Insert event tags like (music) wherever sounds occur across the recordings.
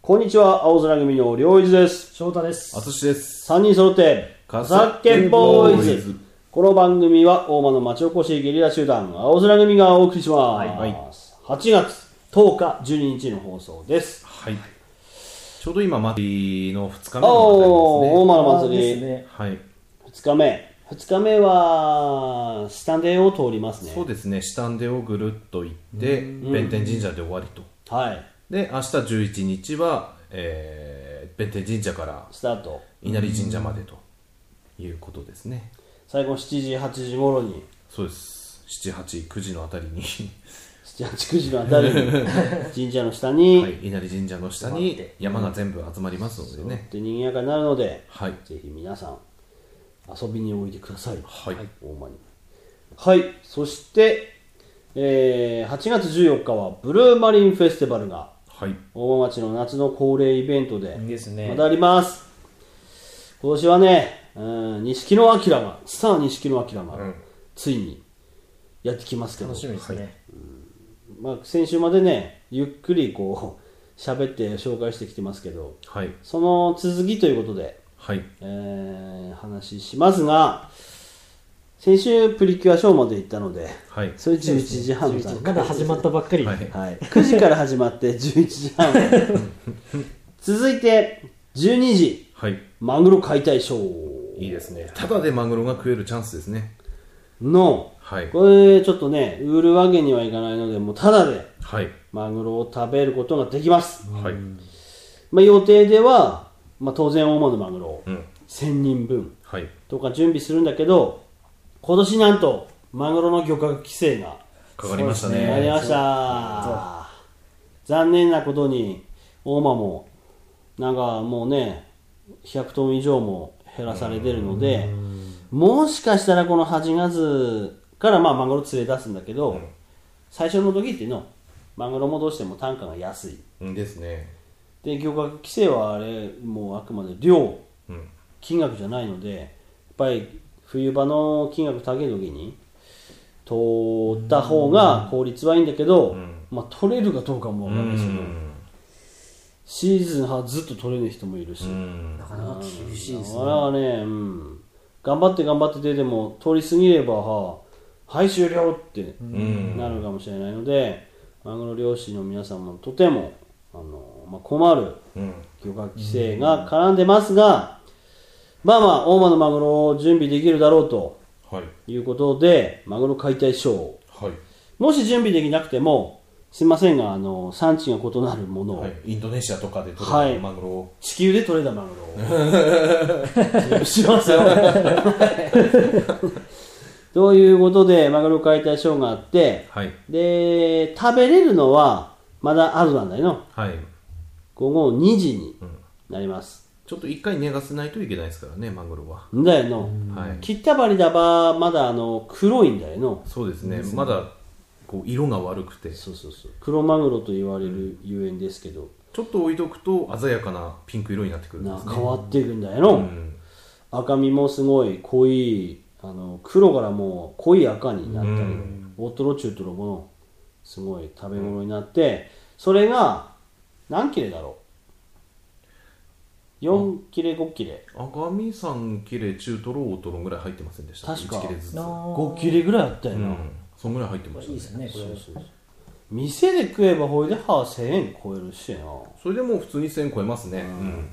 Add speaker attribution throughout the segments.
Speaker 1: こんにちは、青空組の両一です。
Speaker 2: 翔太です。
Speaker 3: あつしです。
Speaker 1: 3人揃って、
Speaker 3: カ
Speaker 1: サッケンボーイズ。この番組は、大間の町おこしゲリラ集団、青空組がお送りします。
Speaker 3: はい
Speaker 1: 8月10日、12日の放送です。
Speaker 3: はい。ちょうど今、祭りの2日目
Speaker 1: おー、大
Speaker 3: の
Speaker 1: 間の祭
Speaker 2: です
Speaker 1: り、
Speaker 2: ね。
Speaker 3: あたりですね。はい。
Speaker 1: 2日目。2日目は、スタンデーを通りますね。
Speaker 3: そうですね、下んでをぐるっと行って、弁天神社で終わりと。
Speaker 1: はい、
Speaker 3: で、明日11日は、えー、弁天神社から
Speaker 1: スタート。
Speaker 3: 稲荷神社までということですね。
Speaker 1: 最後7時、8時頃に、
Speaker 3: そうです。7、8、9時のあたりに、
Speaker 1: 7、8、9時のあたり
Speaker 3: (laughs)
Speaker 1: に、神社の下に、
Speaker 3: はい、稲荷神社の下に山が全部集まりますのでね。
Speaker 1: で賑やかになるので、
Speaker 3: はい。
Speaker 1: ぜひ皆さん遊びにおいでください。
Speaker 3: はい
Speaker 1: 大間に。はい。そして、えー8月14日はブルーマリンフェスティバルが
Speaker 3: はい。
Speaker 1: 大間町の夏の恒例イベントで
Speaker 2: です
Speaker 1: ま
Speaker 2: ね。
Speaker 1: だあります。今年はね、うん、錦野明が、スター錦野明が、ついにやってきますけど
Speaker 2: 楽、しみですね。
Speaker 1: まあ、先週までね、ゆっくりこう、喋って紹介してきてますけど、
Speaker 3: はい。
Speaker 1: その続きということで、
Speaker 3: はい。
Speaker 1: えー話しますが、先週プリキュアショーまで行ったので、
Speaker 3: はい。
Speaker 1: それ11時半の段
Speaker 2: 11ま
Speaker 1: 階
Speaker 2: だ始まったばっかり。
Speaker 3: はい
Speaker 1: はい、9時から始まって11時半。続いて、12時、
Speaker 3: はい。
Speaker 1: マグロ解体ショー
Speaker 3: いいですね。ただでマグロが食えるチャンスですね。
Speaker 1: の、
Speaker 3: はい。
Speaker 1: これちょっとね、売るわけにはいかないので、もうただで
Speaker 3: はい。
Speaker 1: マグロを食べることができます。
Speaker 3: はい。
Speaker 1: まあ、予定では、まあ、当然主のマグロ、
Speaker 3: うん。
Speaker 1: 1000人分。
Speaker 3: はい。
Speaker 1: とか準備するんだけど今年なんとマグロの漁獲規制が
Speaker 3: かかりました
Speaker 2: えー
Speaker 1: やり
Speaker 3: ね。
Speaker 1: ました残念なことに大間もなんかもうね100トン以上も減らされてるのでもしかしたらこの8月からまあマグロ連れ出すんだけど、
Speaker 3: うん
Speaker 1: 最初の時っていうのマグロもどうしても単価が安い
Speaker 3: うんですね。
Speaker 1: で漁獲規制はあれもうあくまで量
Speaker 3: うん。
Speaker 1: 金額じゃないのでやっぱり冬場の金額高い時に取った方が効率はいいんだけど、
Speaker 3: うん
Speaker 1: まあ、取れるかどうかも
Speaker 3: う
Speaker 1: わかんないですけど、
Speaker 3: ん。
Speaker 1: シーズンはずっと取れない人もいるし、
Speaker 3: うん
Speaker 2: な。かなか厳しいですね。
Speaker 1: 我々はね、うん、頑張って頑張って出ても通り過ぎればははい終了って
Speaker 3: うん
Speaker 1: なるかもしれないので、マグロ漁師の皆さんもとてもあの、まあ、困る
Speaker 3: うん。
Speaker 1: 漁獲規制が絡んでますが、まあまあ、大間のマグロを準備できるだろうと
Speaker 3: はい。
Speaker 1: いうことで、マグロ解体ショー。
Speaker 3: はい。
Speaker 1: もし準備できなくても、すいませんが、あの、産地が異なるものを、
Speaker 3: はい。インドネシアとかで取
Speaker 1: は
Speaker 3: れ
Speaker 1: い
Speaker 3: るマグロを。
Speaker 1: 地球で取れたマグロを、 (laughs) しますよ。ということで、マグロ解体ショーがあって、
Speaker 3: はい。
Speaker 1: で、食べれるのは、まだあるなんだよな。
Speaker 3: はい。
Speaker 1: 午後2時に
Speaker 3: うん。
Speaker 1: なります。
Speaker 3: ちょっと一回寝かせないといけないですからね、マグロは。
Speaker 1: んだよの。
Speaker 3: はい。
Speaker 1: 切った針だばまだあの黒いんだよの
Speaker 3: そうですね。まだ、こう、色が悪くて。ち
Speaker 1: そうそうそう黒マグロと言われるゆえんですけど、
Speaker 3: ょっと置いとくと鮮やかなピンク色になってくるん
Speaker 1: な
Speaker 3: ですね。
Speaker 1: 変わっていくんだよの、
Speaker 3: うん。
Speaker 1: 赤身もすごい濃いあの黒からもう濃い赤になったり、
Speaker 3: うん
Speaker 1: 大トロ中トロもすごい食べ物になって、それが何切れだろう4切れ5切れ
Speaker 3: 赤身さん切れ、中トロ、大トロぐらい入ってませんでした。
Speaker 1: 確か
Speaker 3: 1切れずつ。う
Speaker 1: 5切れぐらいあったよな、
Speaker 3: ん。そんぐらい入ってま
Speaker 2: れ
Speaker 3: し
Speaker 2: い
Speaker 3: た
Speaker 2: い
Speaker 3: ね
Speaker 2: で。すね、こ
Speaker 1: そう。
Speaker 2: れ
Speaker 1: そうそう店で食えばほいで歯1000円超えるしな
Speaker 3: それでもう普通に1000超えますね。うん。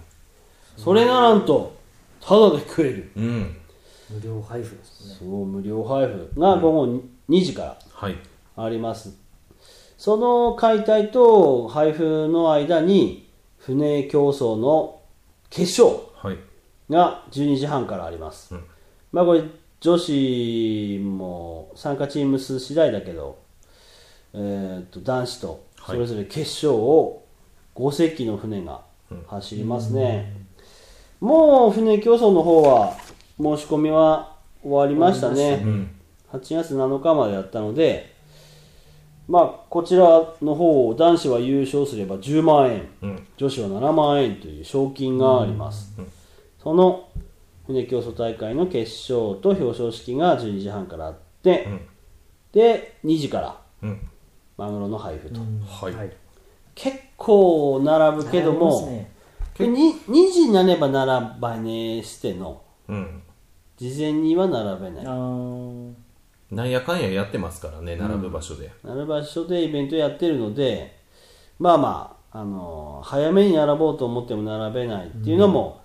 Speaker 1: それがなんとタダで食える
Speaker 3: うん。
Speaker 2: 無料配布ですね。
Speaker 1: そう無料配布が午後に2時か
Speaker 3: はい。
Speaker 1: らあります、その解体と配布の間に船競争の決勝
Speaker 3: はい。
Speaker 1: が12時半からあります、
Speaker 3: うん
Speaker 1: まあこれ女子も参加チーム数次第だけど、えー、と男子とそ
Speaker 3: はい
Speaker 1: れぞれ決勝を5隻の船が走りますね、もう船競争の方は申し込みは終わりましたね
Speaker 3: うん。
Speaker 1: 8月7日までやったので、まあ、こちらの方を男子は優勝すれば10万円、
Speaker 3: うん。
Speaker 1: 女子は7万円という賞金があります、
Speaker 3: うんうん
Speaker 1: その船競争大会の決勝と表彰式が12時半からあって、
Speaker 3: うん
Speaker 1: で2時から
Speaker 3: うん。
Speaker 1: マグロの配布と、
Speaker 3: はい。
Speaker 1: 結構並ぶけども、
Speaker 2: 並びますね
Speaker 1: でに2時になれば並ばねえしての
Speaker 3: うん
Speaker 1: 事前には並べな
Speaker 2: あ
Speaker 1: い
Speaker 2: ー
Speaker 3: なんやかんややってますからね並ぶ場所で、
Speaker 1: 並ぶ場所でイベントやってるのでまあまあ、あの早めに並ぼうと思っても並べないっていうのも、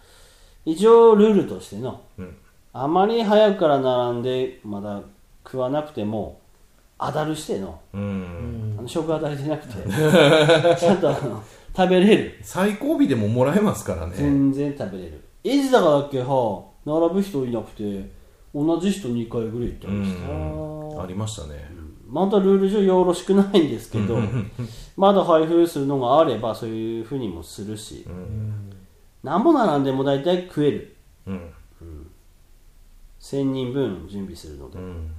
Speaker 1: 一応ルールとしての
Speaker 3: うん、
Speaker 1: あまり早くから並んでまだ食わなくても当たるしての
Speaker 3: うん
Speaker 1: あの食当たりじゃなくて
Speaker 3: (laughs)
Speaker 1: ちゃんとあの食べれる
Speaker 3: 最後尾でももらえますからね
Speaker 1: 全然食べれるいつだからっけは並ぶ人いなくて同じ人2回ぐらい行った
Speaker 3: うん
Speaker 1: です
Speaker 3: んありましたね
Speaker 1: まだルール上よろしくないんですけど、まだ配布するのがあればそういうふうにもするし、なんぼ並んでも大体食える
Speaker 3: うん
Speaker 1: 1000人分準備するので、
Speaker 3: うん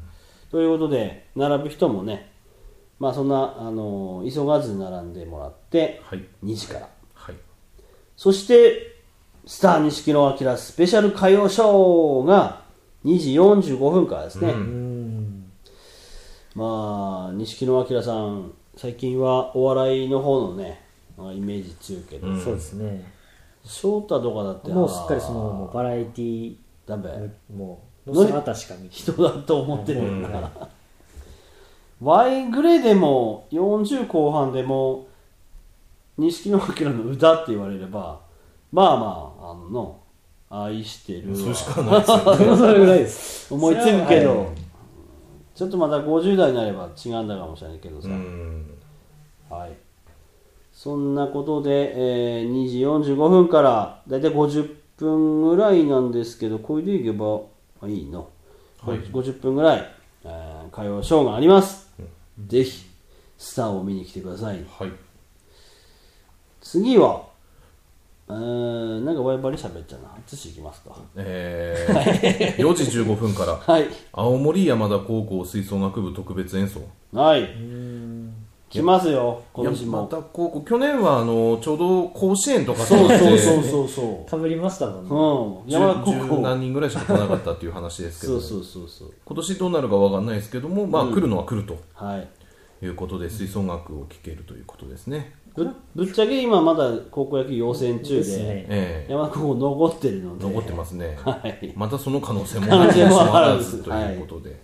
Speaker 1: ということで並ぶ人もねまあそんな、あの急がず並んでもらって
Speaker 3: はい
Speaker 1: 2時から
Speaker 3: はい
Speaker 1: そしてスター錦野明スペシャル歌謡ショーが2時45分からですね、
Speaker 2: うん
Speaker 1: まあ錦野明さん最近はお笑いの方のねまあイメージ強いけど、
Speaker 2: そうですね
Speaker 1: 翔太とかだって
Speaker 2: もうすっかりそのもうバラエティ
Speaker 1: ダメ
Speaker 2: もうの姿しか見て
Speaker 1: 人だと思ってるんだから、Y グレーでも40後半でも錦野明の歌って言われればまあまああのの愛してる
Speaker 3: そ
Speaker 1: わ
Speaker 3: れしかないですよ
Speaker 1: (laughs)
Speaker 2: ないそれぐらいです
Speaker 1: 思いつくけど、
Speaker 2: はい
Speaker 1: ちょっとまた50代になれば違うんだかもしれないけどさ、
Speaker 3: うん
Speaker 1: はい。そんなことで、えー2時45分から、だいたい50分ぐらいなんですけど、これでいけばあいいの。
Speaker 3: はい
Speaker 1: 50分ぐらい、えー、会話ショーがあります。ぜひ、スターを見に来てください。
Speaker 3: はい
Speaker 1: 次は、えー、なんかワイバリ喋っちゃうな。淳行きますか。
Speaker 3: えー、4時15分から
Speaker 1: はい。
Speaker 3: 青森山田高校吹奏楽部特別演奏
Speaker 1: はい。来ますよ、今年
Speaker 3: 山
Speaker 1: も。
Speaker 3: 田高校去年はあのちょうど甲子園とか
Speaker 1: そうそうそううそうそ
Speaker 2: かぶりましたもん
Speaker 1: う。う
Speaker 2: ね
Speaker 1: ん。山田高
Speaker 3: 十
Speaker 1: 校。
Speaker 3: 何人ぐらいしか来なかったっていう話ですけ
Speaker 1: そ
Speaker 3: ど
Speaker 1: うそうそうそう。
Speaker 3: 今年どうなるかわかんないですけどもまあ来るのは来ると
Speaker 1: はい。
Speaker 3: いうことで吹奏楽を聴けるということですね
Speaker 1: ぶぶっちゃけ今まだ高校野球予選中
Speaker 2: で
Speaker 1: です
Speaker 2: ね
Speaker 3: ええ
Speaker 1: 山田高校残ってるので
Speaker 3: 残ってますね
Speaker 1: はい
Speaker 3: またその可能性も
Speaker 1: 可能性もあるん
Speaker 3: ら
Speaker 1: で
Speaker 3: ず
Speaker 1: す
Speaker 3: ということで、で、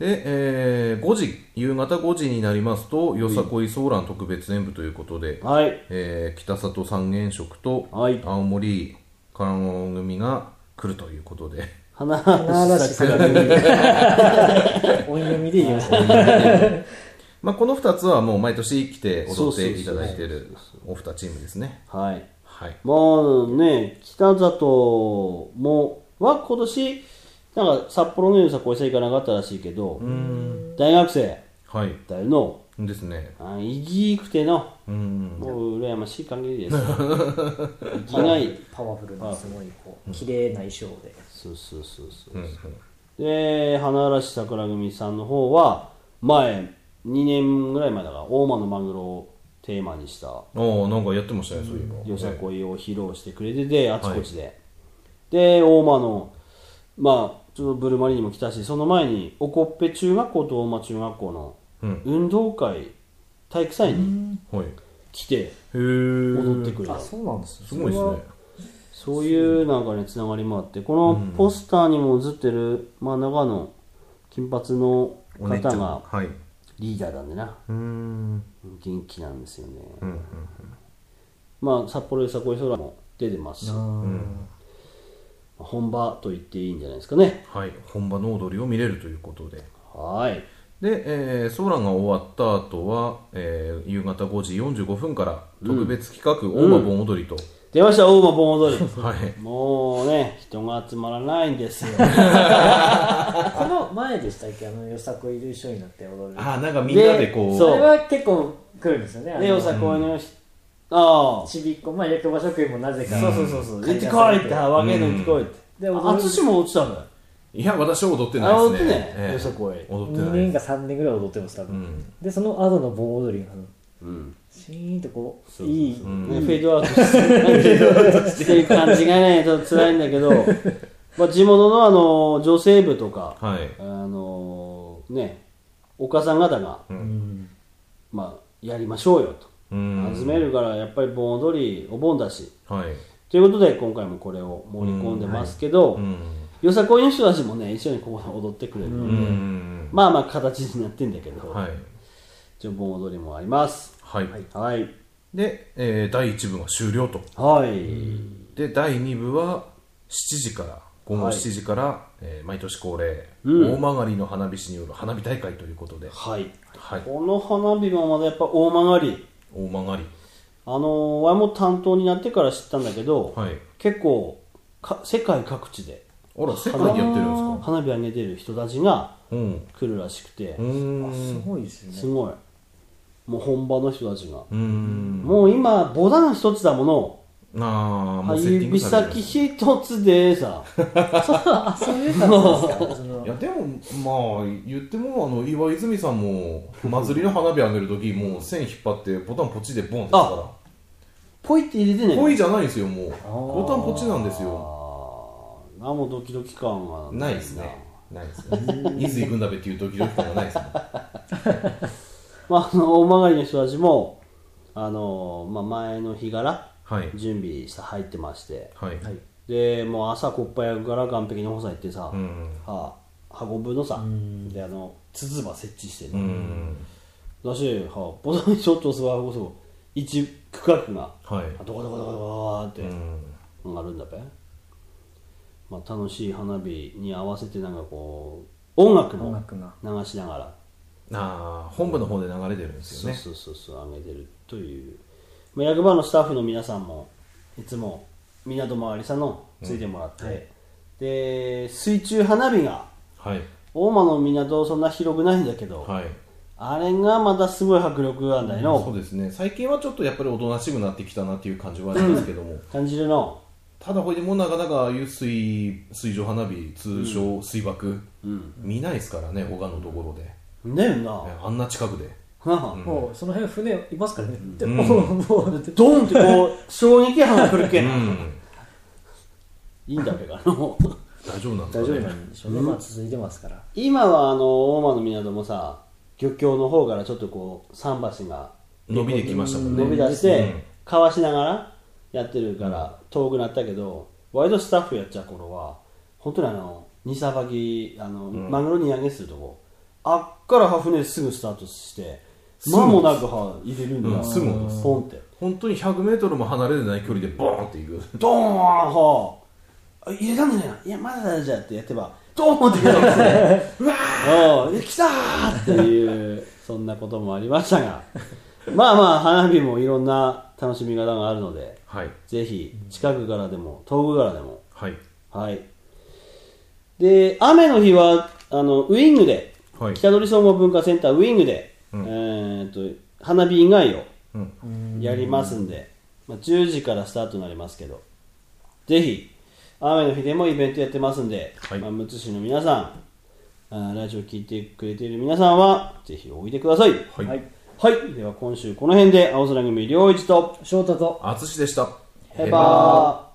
Speaker 3: えー5時夕方5時になりますとよさこいソーラン特別演舞ということで、
Speaker 1: はい
Speaker 3: えー北里三原色と
Speaker 1: はい
Speaker 3: 青森観音組が来るということで、
Speaker 1: 花
Speaker 2: 花
Speaker 1: 嵐
Speaker 2: 嵐
Speaker 1: 桜
Speaker 2: 桜
Speaker 1: 組
Speaker 2: (laughs) お読みで言いました
Speaker 3: まあ、この2つはもう毎年来て踊っていただいてるお二チームですね
Speaker 1: はい
Speaker 3: はい
Speaker 1: もうね北里もは今年なんか札幌のよさこいさ行かなかったらしいけど大学生
Speaker 3: はい
Speaker 1: だよの
Speaker 3: ですね
Speaker 1: あいぎくての
Speaker 3: うん
Speaker 1: もう羨ましい限りですいきない
Speaker 2: パワフルなすごいこう綺麗な衣装で
Speaker 1: そうそうそうそう、
Speaker 3: うん
Speaker 1: で花嵐桜組さんの方は前2年ぐらい前だから大間のマグロをテーマにした
Speaker 3: ああなんかやってましたねそういえば
Speaker 1: よさこいを披露してくれててあちこちで、で大間のまあちょっとブルマリにも来たしその前におこっぺ中学校と大間中学校の
Speaker 3: うん
Speaker 1: 運動会体育祭に
Speaker 3: はいへ
Speaker 1: 来て
Speaker 3: え
Speaker 1: 踊ってくれた、
Speaker 2: あそうなんですね
Speaker 3: すごいですね
Speaker 1: そういうなんかねつながりもあってこのポスターにも映ってる真ん中の金髪の
Speaker 3: お姉ちゃ
Speaker 1: 方
Speaker 3: ん
Speaker 1: が
Speaker 3: はい
Speaker 1: リーダーなんでな
Speaker 3: うん
Speaker 1: 元気なんですよね、
Speaker 3: うん
Speaker 1: まあ札幌よさこい空も出てますし
Speaker 2: あー
Speaker 1: 本場と言っていいんじゃないですかね
Speaker 3: はい本場の踊りを見れるということで
Speaker 1: はーい
Speaker 3: で、えー、ソーランが終わった後は、えー夕方5時45分から特別企画、大間盆踊りと、
Speaker 1: 出ました大馬盆踊り (laughs)
Speaker 3: はい
Speaker 1: もうね人が集まらないんですよ
Speaker 2: この前でしたっけあのよさこいで衣装になって踊る
Speaker 3: あなんかみ
Speaker 1: んなでこうそう
Speaker 2: それは結構来るんですよねあの
Speaker 1: でよさこいのひああ
Speaker 2: ちびっこまあ役場職員もなぜか
Speaker 1: そうそうそうそう行ってこいってわけの行ってこいって
Speaker 2: で踊る
Speaker 1: 淳も落ちたのよ
Speaker 3: いや私は踊ってないですね
Speaker 1: あ踊ってない
Speaker 3: ええ
Speaker 1: よそこへ
Speaker 3: 踊って
Speaker 2: 2
Speaker 3: ない
Speaker 2: 年か3年ぐらい踊ってます多分、
Speaker 3: うん
Speaker 2: でその後の盆踊りがあの
Speaker 1: うん
Speaker 2: シーンとこう
Speaker 1: そうそうそう
Speaker 2: いい
Speaker 1: ねフェードアウトして (laughs) してる感じがねちょっと辛いんだ
Speaker 3: (laughs)
Speaker 1: けどまあ地元のあの女性部とか
Speaker 3: はい
Speaker 1: あのねお母さん方が
Speaker 3: う
Speaker 2: うんん
Speaker 1: まあ、やりましょうよと。
Speaker 3: うん
Speaker 1: 集めるからやっぱり盆踊りお盆だし
Speaker 3: はい
Speaker 1: ということで今回もこれを盛り込んでますけど、
Speaker 3: うん
Speaker 1: よさこいの人たちもね一緒にここで踊ってくれる、
Speaker 3: うん
Speaker 1: まあまあ形になってんだけど、
Speaker 3: はい
Speaker 1: 一応盆踊りもあります
Speaker 3: はい
Speaker 1: はい
Speaker 3: で、えー第1部は終了と
Speaker 1: はい、
Speaker 3: で第2部は7時から午後7時から、えー毎年恒例、大曲りの花火師による花火大会ということで、
Speaker 1: はい
Speaker 3: はい、
Speaker 1: この花火もまだやっぱ大曲り
Speaker 3: 大曲り
Speaker 1: あのー、ワイも担当になってから知ったんだけど、
Speaker 3: はい
Speaker 1: 結構か世界各地で
Speaker 3: あら世界でやってるんですか
Speaker 1: 花火上げてる人たちが
Speaker 3: うん
Speaker 1: 来るらしくて
Speaker 3: う、ーん
Speaker 2: すごいですね
Speaker 1: すごいもう本場の人たちが、
Speaker 3: うーん
Speaker 1: もう今ボタン一つだもの
Speaker 3: ああもうセッティング
Speaker 1: 指
Speaker 3: されてる
Speaker 1: 先一つで
Speaker 3: (laughs)
Speaker 1: さ
Speaker 2: あそういう感じですかその
Speaker 3: いやでもまあ言ってもあの岩泉さんも祭りの花火上げる時もう線引っ張ってボタンポチでボンですか
Speaker 1: ポイって入れてね
Speaker 3: ら恋じゃないですよもうボタンポチなんですよ
Speaker 1: あー何もドキドキ感が
Speaker 3: ないですねないですねいつ行くんだべっていうドキドキ感がないですね
Speaker 1: まあ、あの大曲りの人たちもあの、まあ、前の日から
Speaker 3: はい
Speaker 1: 準備して入ってまして
Speaker 3: はい、
Speaker 2: はい
Speaker 1: でもう朝コッパ役から岸壁の方さ行ってさ、
Speaker 3: うん
Speaker 1: はあ、運ぶのさであの筒葉設置して
Speaker 3: う
Speaker 1: ね、
Speaker 3: ん
Speaker 1: だし、はあ、ボタンショットすばこそ一区画が
Speaker 3: はい
Speaker 1: ドカドカドカドカ
Speaker 3: う
Speaker 1: って
Speaker 3: ん
Speaker 1: 上がるんだべ、まあ、楽しい花火に合わせてなんかこう音楽
Speaker 2: (laughs) 音
Speaker 1: も
Speaker 2: 楽が
Speaker 1: 流しながら
Speaker 3: ああ本部の方で流れてるんです
Speaker 1: そ
Speaker 3: よ
Speaker 1: う
Speaker 3: ね
Speaker 1: そうそうそう上げてるという、まあ、役場のスタッフの皆さんもいつも港まわりさんのついてもらって、で水中花火が
Speaker 3: はい
Speaker 1: 大間の港そんな広くないんだけど、
Speaker 3: はい
Speaker 1: あれがまたすごい迫力あんだよ
Speaker 3: そう
Speaker 1: の
Speaker 3: ですね最近はちょっとやっぱりおとなしくなってきたなっていう感じはありますけども、
Speaker 1: 感じるの
Speaker 3: ただこれでもうなかなかああいう水水上花火通称水爆、見ないですからね他のところで、
Speaker 1: だよな、
Speaker 3: あんな近くで
Speaker 1: なあ
Speaker 2: もうその辺船いますからねで
Speaker 3: ん
Speaker 2: もう (laughs) もうだって
Speaker 1: ドーンってこう衝撃波が来るけ、
Speaker 3: うんん
Speaker 1: いいんだべかの
Speaker 3: 大丈夫なんです
Speaker 2: 大
Speaker 3: か
Speaker 2: 丈
Speaker 3: ね
Speaker 2: 夫なんでしょうねまあ続いてますから
Speaker 1: 今はあの大間の港もさ漁協の方からちょっとこう桟橋が
Speaker 3: 伸びてきましたもんね
Speaker 1: 伸び出し
Speaker 3: う
Speaker 1: て
Speaker 3: ん
Speaker 1: かわしながらやってるから遠くなったけどワイドスタッフやっちゃう頃は本当にあの荷さばきあの、マグロに上げするとこあっから船すぐスタートして間もなくは入れるんだ、
Speaker 3: うんすぐ戻す
Speaker 1: ポンって
Speaker 3: 本当に 100m も離れてない距離でボーンっていく
Speaker 1: ドーンはあ入れたんじゃないのいやまだだじゃってやってばドーンってやるんです
Speaker 3: (laughs)
Speaker 1: ねうわーうん来たーっていうそんなこともありましたがまあまあ花火もいろんな楽しみ方があるので
Speaker 3: はい
Speaker 1: ぜひ近くからでも遠くからでも
Speaker 3: はい
Speaker 1: はいで雨の日はあのウィングで、
Speaker 3: はい
Speaker 1: 北鳥総合文化センターウィングで、
Speaker 3: うん
Speaker 1: えーっと花火以外を
Speaker 3: うん
Speaker 1: やりますんで、まあ、10時からスタートになりますけどぜひ雨の日でもイベントやってますんで、
Speaker 3: はい
Speaker 1: まあ、むつ市の皆さんあーラジオ聞いてくれている皆さんはぜひおいでください
Speaker 3: はい、
Speaker 2: はい
Speaker 1: はい、では今週この辺で青空組良一と
Speaker 2: 翔太と
Speaker 3: あつしでした
Speaker 1: ヘバー